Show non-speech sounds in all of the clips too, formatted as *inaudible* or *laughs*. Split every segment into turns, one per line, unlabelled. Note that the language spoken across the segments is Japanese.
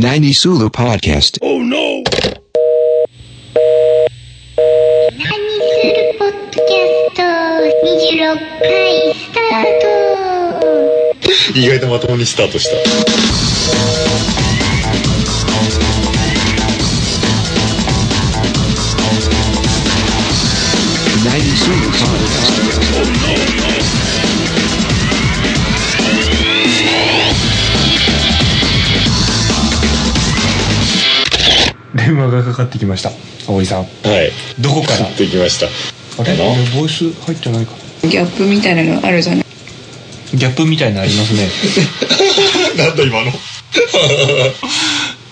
Tiny Sulu Podcast. Oh no!
何するポッドキャスト26回スタート
意外とまともにスタートした
90 Sulu Podcast.
電話がかかってきました葵さん
はい
どこから
できました
あれ
あの
俺ボイス入ってないか
ギャップみたいなのあるじゃない
ギャップみたいなのありますね
なんだ今の
確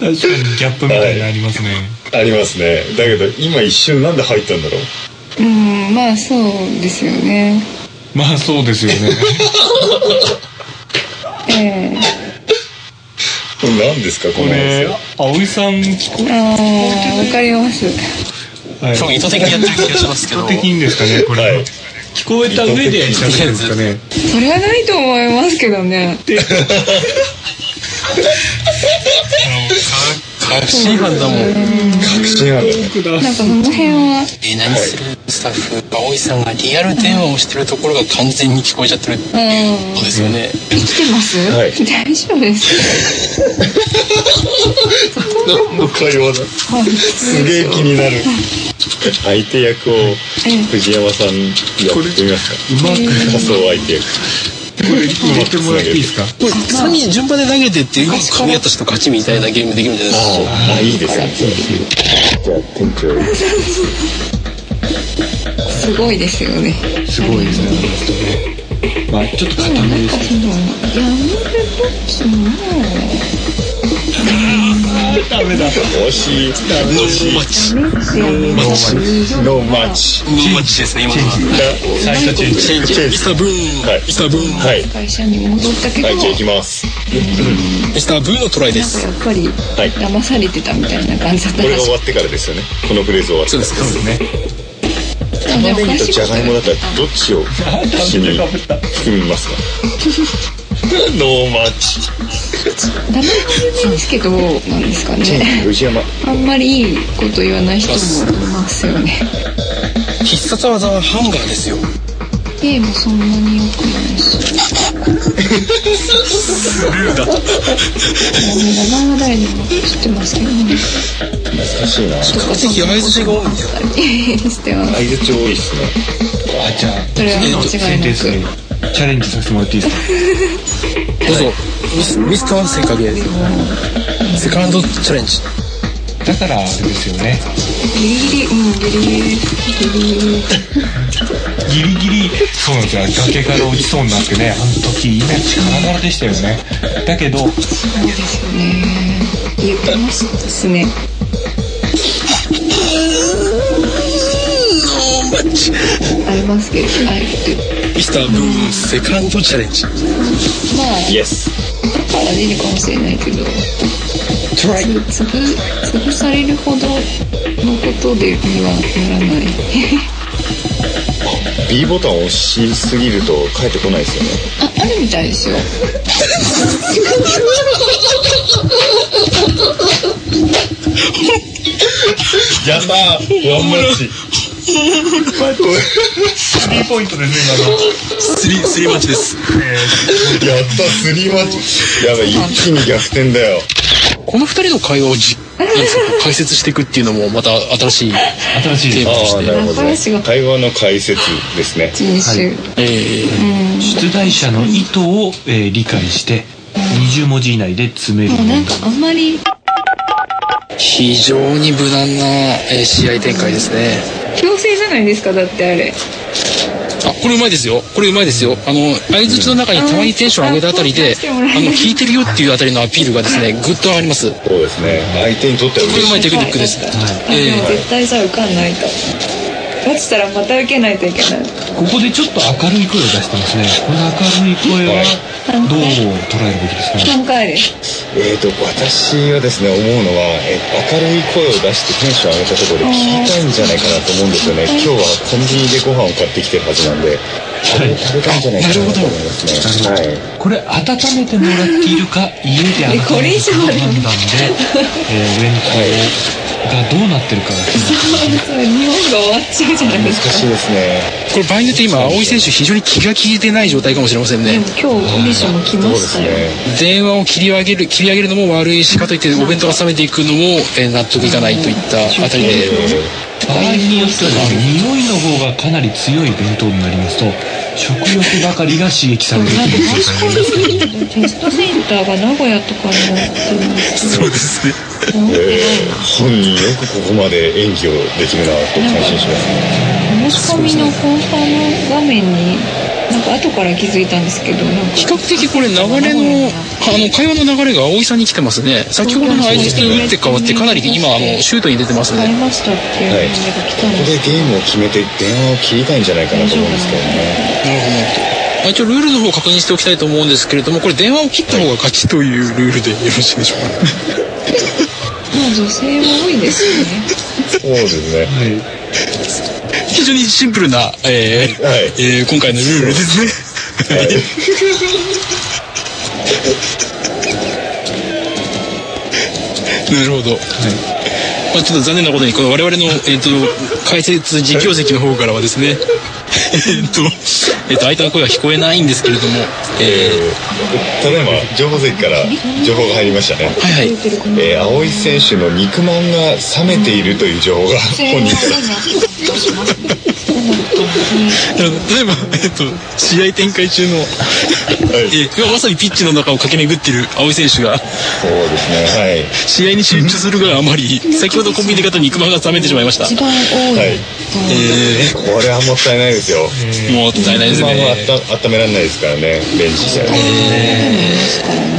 かにギャップみたいなのありますね、
ありますねだけど今一瞬なんで入ったんだろう
うんまあそうですよね
*laughs* まあそうですよね
ええ
何ですかこ
こ
の
れ
や
葵さん聞こ
ああわかります
え、はい、
そう意図的にやってる気がしますけ
意
ど
図的にですかねこれ、
はい
聞こえた上で喋ってるんですかね
それはないと思いますけどね
確信犯だもん
つ確信なんだね
僕だ
なんかその辺は
え何するスタッフ葵さんがリアル電話をしてるところが完全に聞こえちゃってるっていうことですよね
生きてます、
はい
大丈夫です
何の会話だ
はい
すげえ気になる相手役を藤山さんやってみますか
うまく
仮想相手役
入れてもらっていいですか
これ3人順番で投げてって組み合った人勝ちみたいなゲームできるんじゃないですか
ああいいですねじゃあ店長
すごいですよね
すごいですねまあちょっと固めですけど
やめる時も
ダメだ
惜しい惜しい
マッチ
ノーマッチノーマッチ
マッチですね今のは
最初チェンジ
チェンジ
チェンジ
ミスターブーン、
はい
ミスターブーン、
はい
会社に戻ったけど、
はいじゃあ行き
な
ます
ミスターブーンのトライで
んか
す
やっぱり
はい
騙されてたみたいな感じだった
これ
ら
が
し
終
く
わってからですよねこのフレーズ終わって
そうですそうですね
て
玉ねぎとじゃがいもだったらどっちを口に含みますかノーマッチ
ダメなんですけどなんですかね
藤山
あんまりいいこと言わない人もいますよね。
必殺技はハンガーですよ
ゲームそんなに良くないし。名前は誰でも知ってますけど、ね、
難しいな
とか
敵相槌が多いんですよ
知ってます。
相槌多いっすね
あじゃあ
それは間違いな
ですね
く。
チャレンジさせてもらっていいですか
どうぞミスミスター正解ですセカンドチャレンジ
だからあれですよね
ギリギリ、うん、ギリギリです。ギリギリ。
ギリギリそうなんですよ崖から落ちそうになってねあの時命からがらでしたよねだけど
そうですよね。言ってましたですね。ありますけど、あえて。
ミスターブーンセカンドチャレンジ
まあ、
イエス
だから出るかもしれないけどつぶ潰されるほどのことでにはならない
B ボタンを押しすぎると返ってこないですよね
*laughs* ああるみたいですよ
やったーワンマッチ
スリーポイントですね
スリースリーマッチです
やったスリーマッチやばい一気に逆転だよ
この二人の会話をじ、なんですか解説していくっていうのもまた新 *laughs* しいテ
今の新しい
ーマと
あ
し
あ
て
な。るほどね会話の解説ですね
人種、
え
出題者の意図を、えー理解して20文字以内で詰める
もうなん
問
か
題
あんまり
ー非常に無難な、えー試合展開ですね。
強制じゃないですかだってあれ
あ、これうまいですよ。これうまいですよ。あの、相づちの中にたまにテンション上げたあたりで、あの、聞いてるよっていうあたりのアピールがですね、ぐっと上がります。こ
そうですね相手にとっては
れ
嬉
う
し
ま
い
いテクニックです。
あでも
え
絶対じゃあ受かんないと落ちたらまた受けないといけない
ここでちょっと明るい声を出してますねこの明るい声は
何
どう
回
捉えるべきですかね
何回です
えー、と私はですね思うのは、え明るい声を出してテンション上げたところで聞いたんじゃないかなと思うんですよね今日はコンビニでご飯を買ってきてるはずなんであれを食べたんじゃないかなと思いますねはい
これ温めてもらっているか家で温めてるか
これ以上
の
ある
判断で、えー、ウエンツがどうなってるかが
そう日本が終わっちゃうじゃないで
難
すか
しいですね
これ場合によって今、青井選手非常に気が利いてない状態かもしれません
で
ね
も。今日ミッションも来
そう
ま
で
し
す
たよ、
ね
電話を切り上げる、切り上げるのも悪いし、かといってお弁当が冷めていくのも、えー納得いかないといったあたりで、
場合によっては匂いの方がかなり強い弁当になりますと食欲ばかりが刺激されるという状態になりますね
テストセンターが名古屋とかになってるんですけど
すね
なんか
えー本人よくここまで演技をできるなと感心しますね
申し込みのコンサーの画面になんか後から気づいたんですけどなんか
比較的これ流れの、あの、会話の流れが青井さんに来てますね。先ほどの相手と打って変わって、かなり今、あの、シュートに出てます
買い
ね。
ましたっていうメールが来たん
ここ
です
でゲームを決めて電話を切りたいんじゃないかなと思うんですけどね
なるほど。一応ルールの方を確認しておきたいと思うんですけれども、これ電話を切った方が勝ちというルールでよろしいでしょうか。
まあ女性も多いですよね
そうですね
非常にシンプルな、えー
はい
えー今回のルールですね。なるほど、まあ、ちょっと残念なことにこの我々の、えー、と解説実況席の方からはですねえっと、えー、と相手の声が聞こえないんですけれども、え
ただいま情報席から情報が入りましたね
ー、はいはい
えー、青井選手の肉まんが冷めているという情報が本人から
あの例えば、えっと、試合展開中の、えーまさにピッチの中を駆け巡っている青井選手が
そうですねはい
試合に集中するがあまり先ほどコンビニで買った肉まんが冷めてしまいました
一番多い、
はい
え
これはもったいないですよ
ー、もったいないで
肉
す
まんはあ
ね
った温められないですからねレンジじゃ
ですからね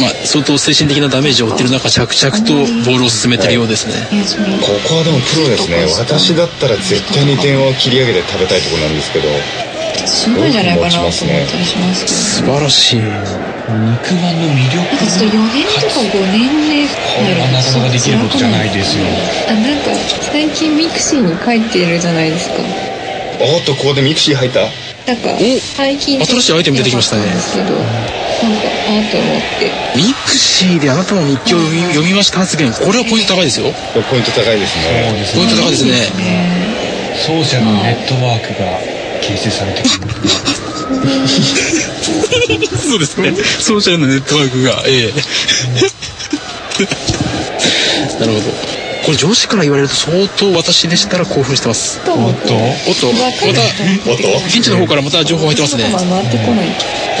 まあ相当精神的なダメージを負ってる中着々とボールを進めてるようですね
いやその
ここはでもプロですね私だったら絶対に電話を切り上げて食べたいところなんですけど
すごいんじゃないかなと思ったりしますけど
素晴らしい
肉まんの魅力
なんかちょっと4年とか5年で
はなかなかできることじゃないですよ
あなんか最近ミクシーに書いてるじゃないですか
おっとここでミクシー入った
なんか
お
最近
新しいアイテム出てきましたね
なんですけどなんかあと思って
ミクシーであなたの日記を読み読みました発言これはポイント高いですよ
ポイント高いですね
ポイント高いですね
ソーシャルネットワークが形成されてくる
そうですねソーシャルのネットワークがええなるほどこれ上司から言われると相当私でしたら興奮してます
と思
お
っ
ってと
おっとま
若い
た
おっと
現地の方からまた情報入ってますね
言葉回ってこない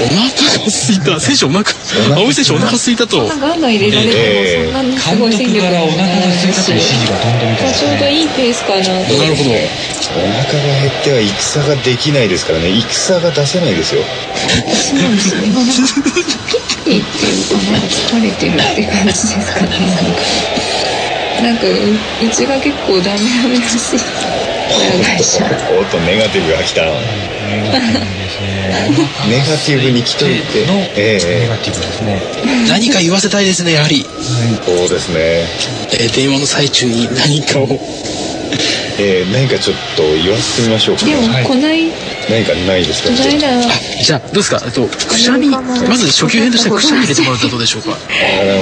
お腹が空いた選手お腹青井選手お腹空いたと
なんかあんの入れられてもそんなにす
監
ごい戦
督
力
からお
にな
腹
らな
が
い
空いたという指
し
示が飛んでみたい
まあ
です
ちょうど
ね
いいペースかなと
なるほど
お腹が減っては戦ができないですからね戦が出せないですよ
そうですね。なんかピッピっていうかなんか疲れてるって感じですかね。なんかなんかううちが結構ダメダメらしい。会社。
おっとネガティブが来たネガティブに来といて
の
え
ネ
え
ガティブですね
何か言わせたいですねやはり、
そうですね
えー電話の最中に何かを
えー、何かちょっと言わせてみましょうか
でもこない
何かないですか
こないだ
あじゃあどうですかえっとくしゃみまず初級編としてはくしゃみ入れてもらったらどうでしょうか
あーなる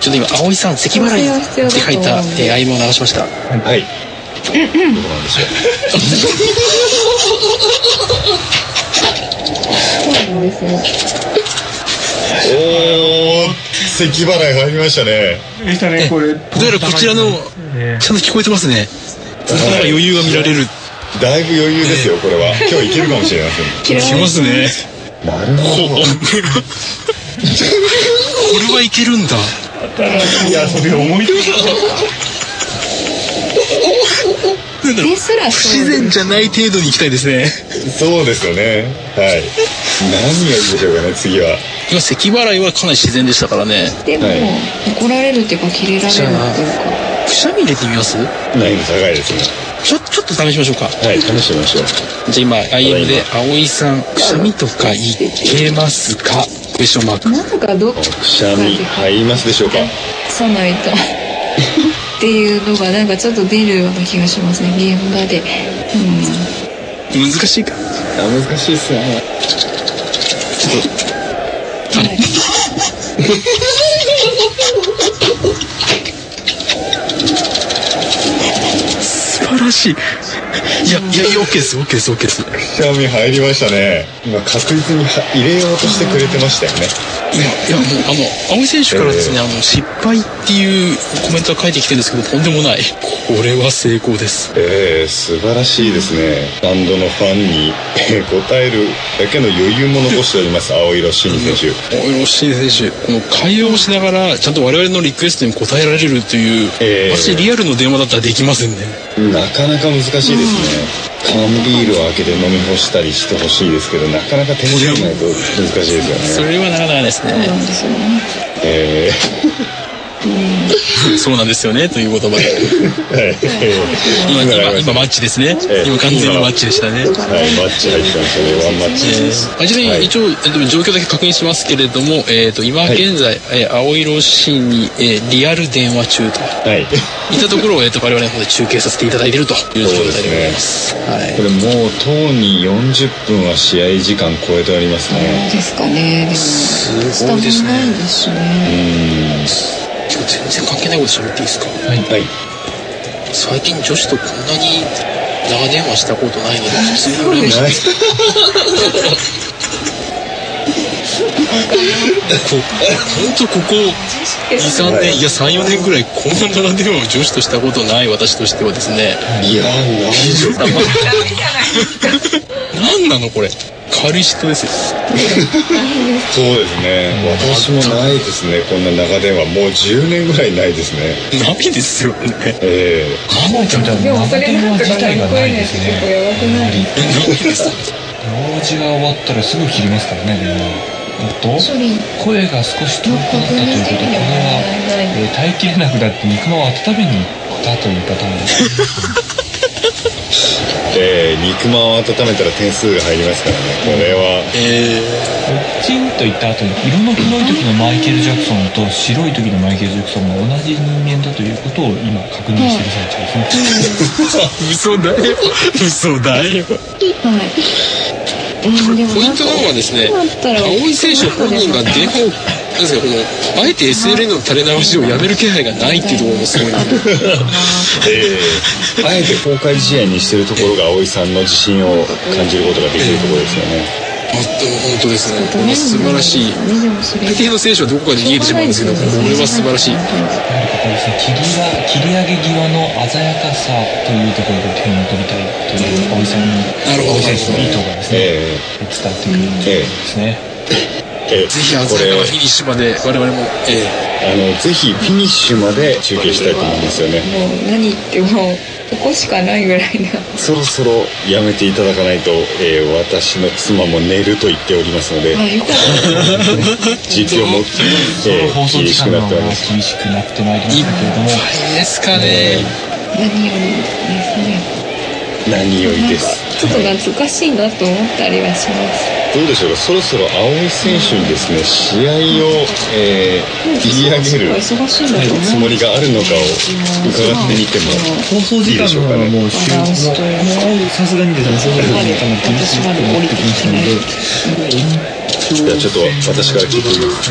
ちょっと今葵さん咳払いって書いた、えー、合間を流しました
ほどはいどうなんでしょう
そうなんですよ。
*laughs* おー咳払い入りましたね
でしたねこれ
どうやらこちらのちゃんと聞こえてますねなかなか余裕が見られる
だいぶ余裕ですよこれは今日いけるかもしれません
気ますね
なる
おお
ほ
これはいけるんだ
いやそれ思い出し
なんだろう
ですら
不
そう
自然じゃない程度に行きたいですね
どそうですよねはい何がいいでしょうかね次は
今咳払いはかなり自然でしたからね
でも、
はい
怒られるっていうかキレられるっていうか。
くしゃみ入れてみます
難易度高いですね
ちょ、ちょっと試しましょうか。
はい、試してみましょう。
じゃあ今、IM で、葵さん、くしゃみとかいけますかクエスチョンマーク。
なんかどっか
くしゃみ、入りますでしょうか
さないとっていうのがなんかちょっと出るような気がしますね現場でうん
難しいか。
あ、難しいっすね。
はい
素晴らしい。いや、いや、いや、OK です、OK です、OK です。
くしゃみ入りましたね。今、確実には入れようとしてくれてましたよね。
いや、いや、もう、あの、青井選手からですね、あの、失敗っていうコメントが書いてきてるんですけど、とんでもない。これは成功です。
えー、素晴らしいですね。バンドのファンに、えー答えるだけの余裕も残しており *laughs* ます、青色シニ選手。
大野慎選手、この会話をしながら、ちゃんと我々のリクエストに応えられるという、
ええ
マジでリアルの電話だったらできませんね。
なかなか難しいですね。缶ビールを開けて飲み干したりしてほしいですけど、なかなか手に入れないと難しいです
そ
よね。
れはなかなかです
そう
ね。
なんですよね
え
そうなんですよね、という言葉で。
ー、はい、
今、
今
今、今マッチですね
え。え
今完全にマッチでしたね。
はい、マッチ入ってましたね。ワンマッチ
え
です。
ー、あちなみ
はい
に一応、えっと状況だけ確認しますけれども、えっと今現在、えー青色市に、えーリアル電話中と
はい。
いったところを、えっと我々の方で中継させていただいているという状態でございます。はい
これもう、とうに40分は試合時間超えておりますね。
ですかねでも
す
下
ご
も
いですね
ないです
う
ね
ん。
ちょっと全然関係ないこと喋っていいですか、
はい。
最近女子とこんなに長電話したことないので、普通に羨ましいです。こ本当ここ23年いや34年ぐらいこんな長電話を女子としたことない私としてはですね
いやー、なんでしょうか。
何なのこれ軽い嫉妬ですよ
そうですね。私もないですね。こんな長電話。もう10年ぐらいないですね。
ないですよね
え
考えちゃうと
でもそ
生
れ
電
な
話
んとか
自体
乗
が
り越
ない
えな
で
いと
すね
結構やばくない
用事が終わったらすぐ切りますからね電話おっと
処理
声が少し遠くなったということこれは、えー耐えきれなくなって肉まんを温めに行ったというパターンですね
ー、えー、肉まんを温めたら点数が入りますからね。これは、
*laughs* え
チンといった後に色の黒い時のマイケル・ジャクソンと白い時のマイケル・ジャクソンが同じ人間だということを今確認してる最中ですね
ー、 *laughs* 嘘だよ嘘だ
は
よ
いうんでも
ポイ
な
ン
んか
トなのはですね
どうなったら
青井選手本人が電話をなんですかこのあえて SLA の垂れ流しをやめる気配がないっていうところもすごいな
えー、あえて公開試合にしてるところが葵さんの自信を感じることができるところですよね。
あでも本当ですね。これは素晴らしい。
ねでもそれ
大抵の選手はどこかで逃げてしまうんですけど、これは素晴らしい。
やはりここですね切りが切り上げ際の鮮やかさというところで点を取りたいという青井さんの
なるほ
青
ど
井選手の意図がですね、
え
伝わってくるんですね、
ー、えー、
ぜひ、あの、
こ
フ
れ、
ィニッシュまで、我々も、え
あの、ぜひフィニッシュまで中継したいと思いますよね。
もう何言ってもここしかないぐらいな
そろそろやめていただかないと、えー、私の妻も寝ると言っておりますので
あ、よかった
実況も、
その
え
放
ー、
送
厳
時
し
間
く
が
なっております。
厳しくなってまいりましたけれども、
えいいですかね。
何よりですね
何よりです。
ちょっと懐かしいなと思ったりはします
どうでしょうか、そろそろ青井選手にですね、試合を、えー、切り上げるつ
忙しいんだと思う
もりがあるのかを伺ってみても、
放送時間はもう終了もうさすがにですね、その時間が厳しくなってきましたので、
じゃあちょっと私から聞いてみます。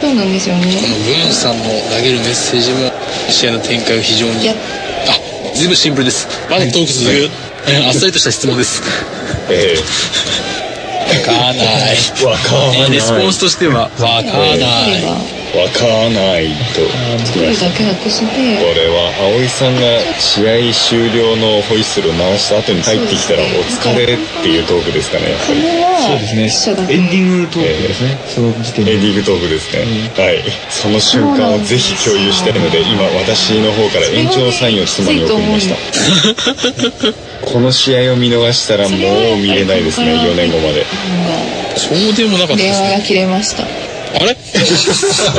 そうなんですよ
こ
ね
のブーンさんの投げるメッセージも、試合の展開を非常
い
に、
や
あ、ずいぶんシンプルです。まだトーク続く。えあっさりとした質問です。
え
わかんない。
ー、わかんな
え
い。
レスポンスとしては、わかんない。
ば
わかんないとつき
来
ま
る
した。
だけだとして
これは葵さんが試合終了のホイッスルを回した後に入ってきたらお疲れっていうトークですかね。
それは
そうで
一
す
緒
ね
だ、
エンデ
け
ィングトークですね、その時点
エ
で
ン。ディングトークですね。はい。その瞬間をぜひ共有したいので、今私の方から延長のサインを妻に送りました。この試合を見逃したらもう見れないですね、4年後まで。
なんか
そうでもなかったで
電
す
話が
ね。
切れました
あれ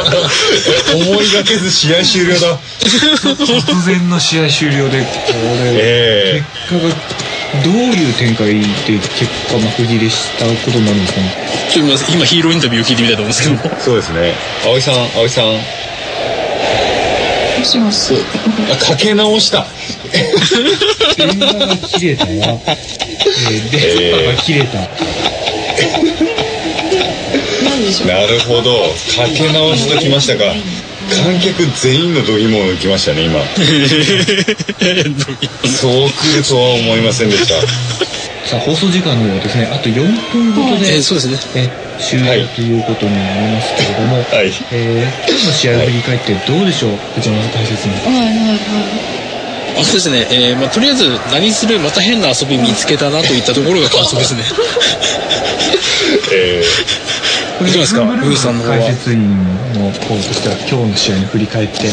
思いがけず試合終了だ。
突然の試合終了で、これ、
*laughs* え
結果が、どういう展開で結果幕切れしたことになるんですかね。
ちょっと今今ヒーローインタビューを聞いてみたいと思うんですけども
えそうですね。葵さん、葵さん。
もしもし。
あ、かけ直した。
電話が切れたわ。えー、電波が切れた。
なんでしょう。
なるほど。かけ直しときましたか。観客全員の度肝を抜きましたね、 *laughs* 今。そう来るとは思いませんでした。
さあ、放送時間の方はですね、あと4分ほどで、
えーそうですね
えー終了ということになりますけれども、
はい。
えー今日の試合を振り返ってどうでしょう、藤山大切に。
はいはいはい。
あそうですね、えーまあ、とりあえず何するまた変な遊び見つけたなといったところが感想ですね
え
こ
いきますか
ブル
ウーさんの方は
解説員の方としては、今日の試合に振り返って、
ー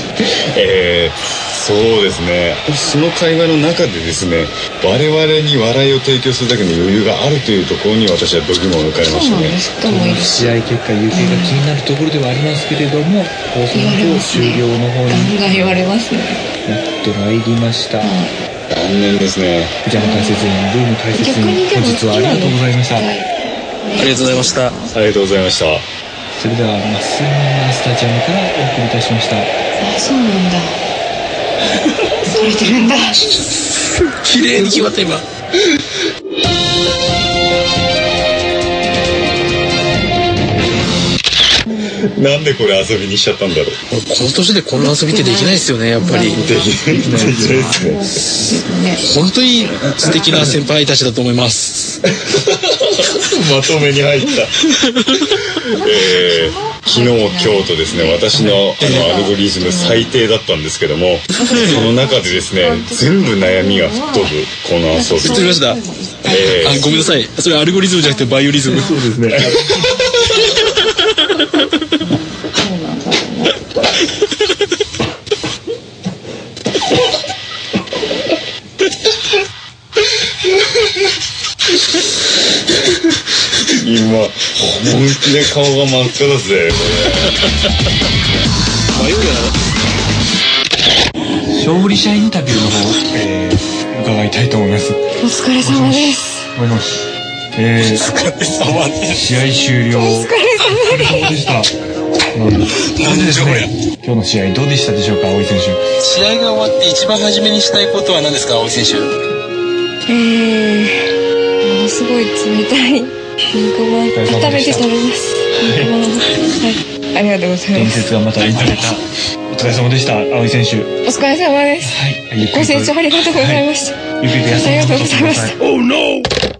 えーそうですね。その会話の中でですね、我々に笑いを提供するだけの余裕があるというところに私は度肝を抜かれま
そ
し
う
た
な
ね
んで。す。人もいるし。
試合結果、優勢が気になるところではありますけれども、放送
言われ
の
ま
方、
す
終
ね。
了の方
ガン
に
ガン言われますね。
なってまいりました。
残念ですね。
藤山解説員、ブーム解説
逆
員、
にで
本
も
日はありがとうございました。
ありがとうございました
ありがとうございました。
それでは、マスナースタジアムからお送りいたしました。
あ、そうなんだ。それてるんだ。
綺麗に決まった今
なんでこれ遊びにしちゃったんだろう。
俺この年でこんな遊びってできないですよねやっぱ
で
り
きないですね。
ね。
本当に素敵な先輩たちだと思います
まとめに入った。えー昨日、今日とですね、私のあのアルゴリズム最低だったんですけども、その中でですね、全部悩みが吹っ飛ぶ、この遊
失礼
び。
しましたあごめんなさいそれアルゴリズムじゃなくてバイオリズムそうですね
そうなんだろうな。
今、本気で顔が真っ赤だぜ。
勝利者インタビューの方、えー、伺いたいと思います。
お疲れ様です。
もしもし。えー、 *laughs* 試合終了。お疲れ様で *laughs* した。何でしょう今日の試合どうでしたでしょうか、青井選手。
試合が終わって一番初めにしたいことは何ですか青井選手
えー、ものすごい冷たい。肉まん温めて食べます。肉まんはい。ありがとうござい
伝
ます。
説がまた生かれた。お疲れ様でした、青井選手。は
お疲れ様です。
い、ゆっく
ご
りと
清聴ありがとうございました。
ゆっくりと休んで
ありがとうございました
ください。
Oh no!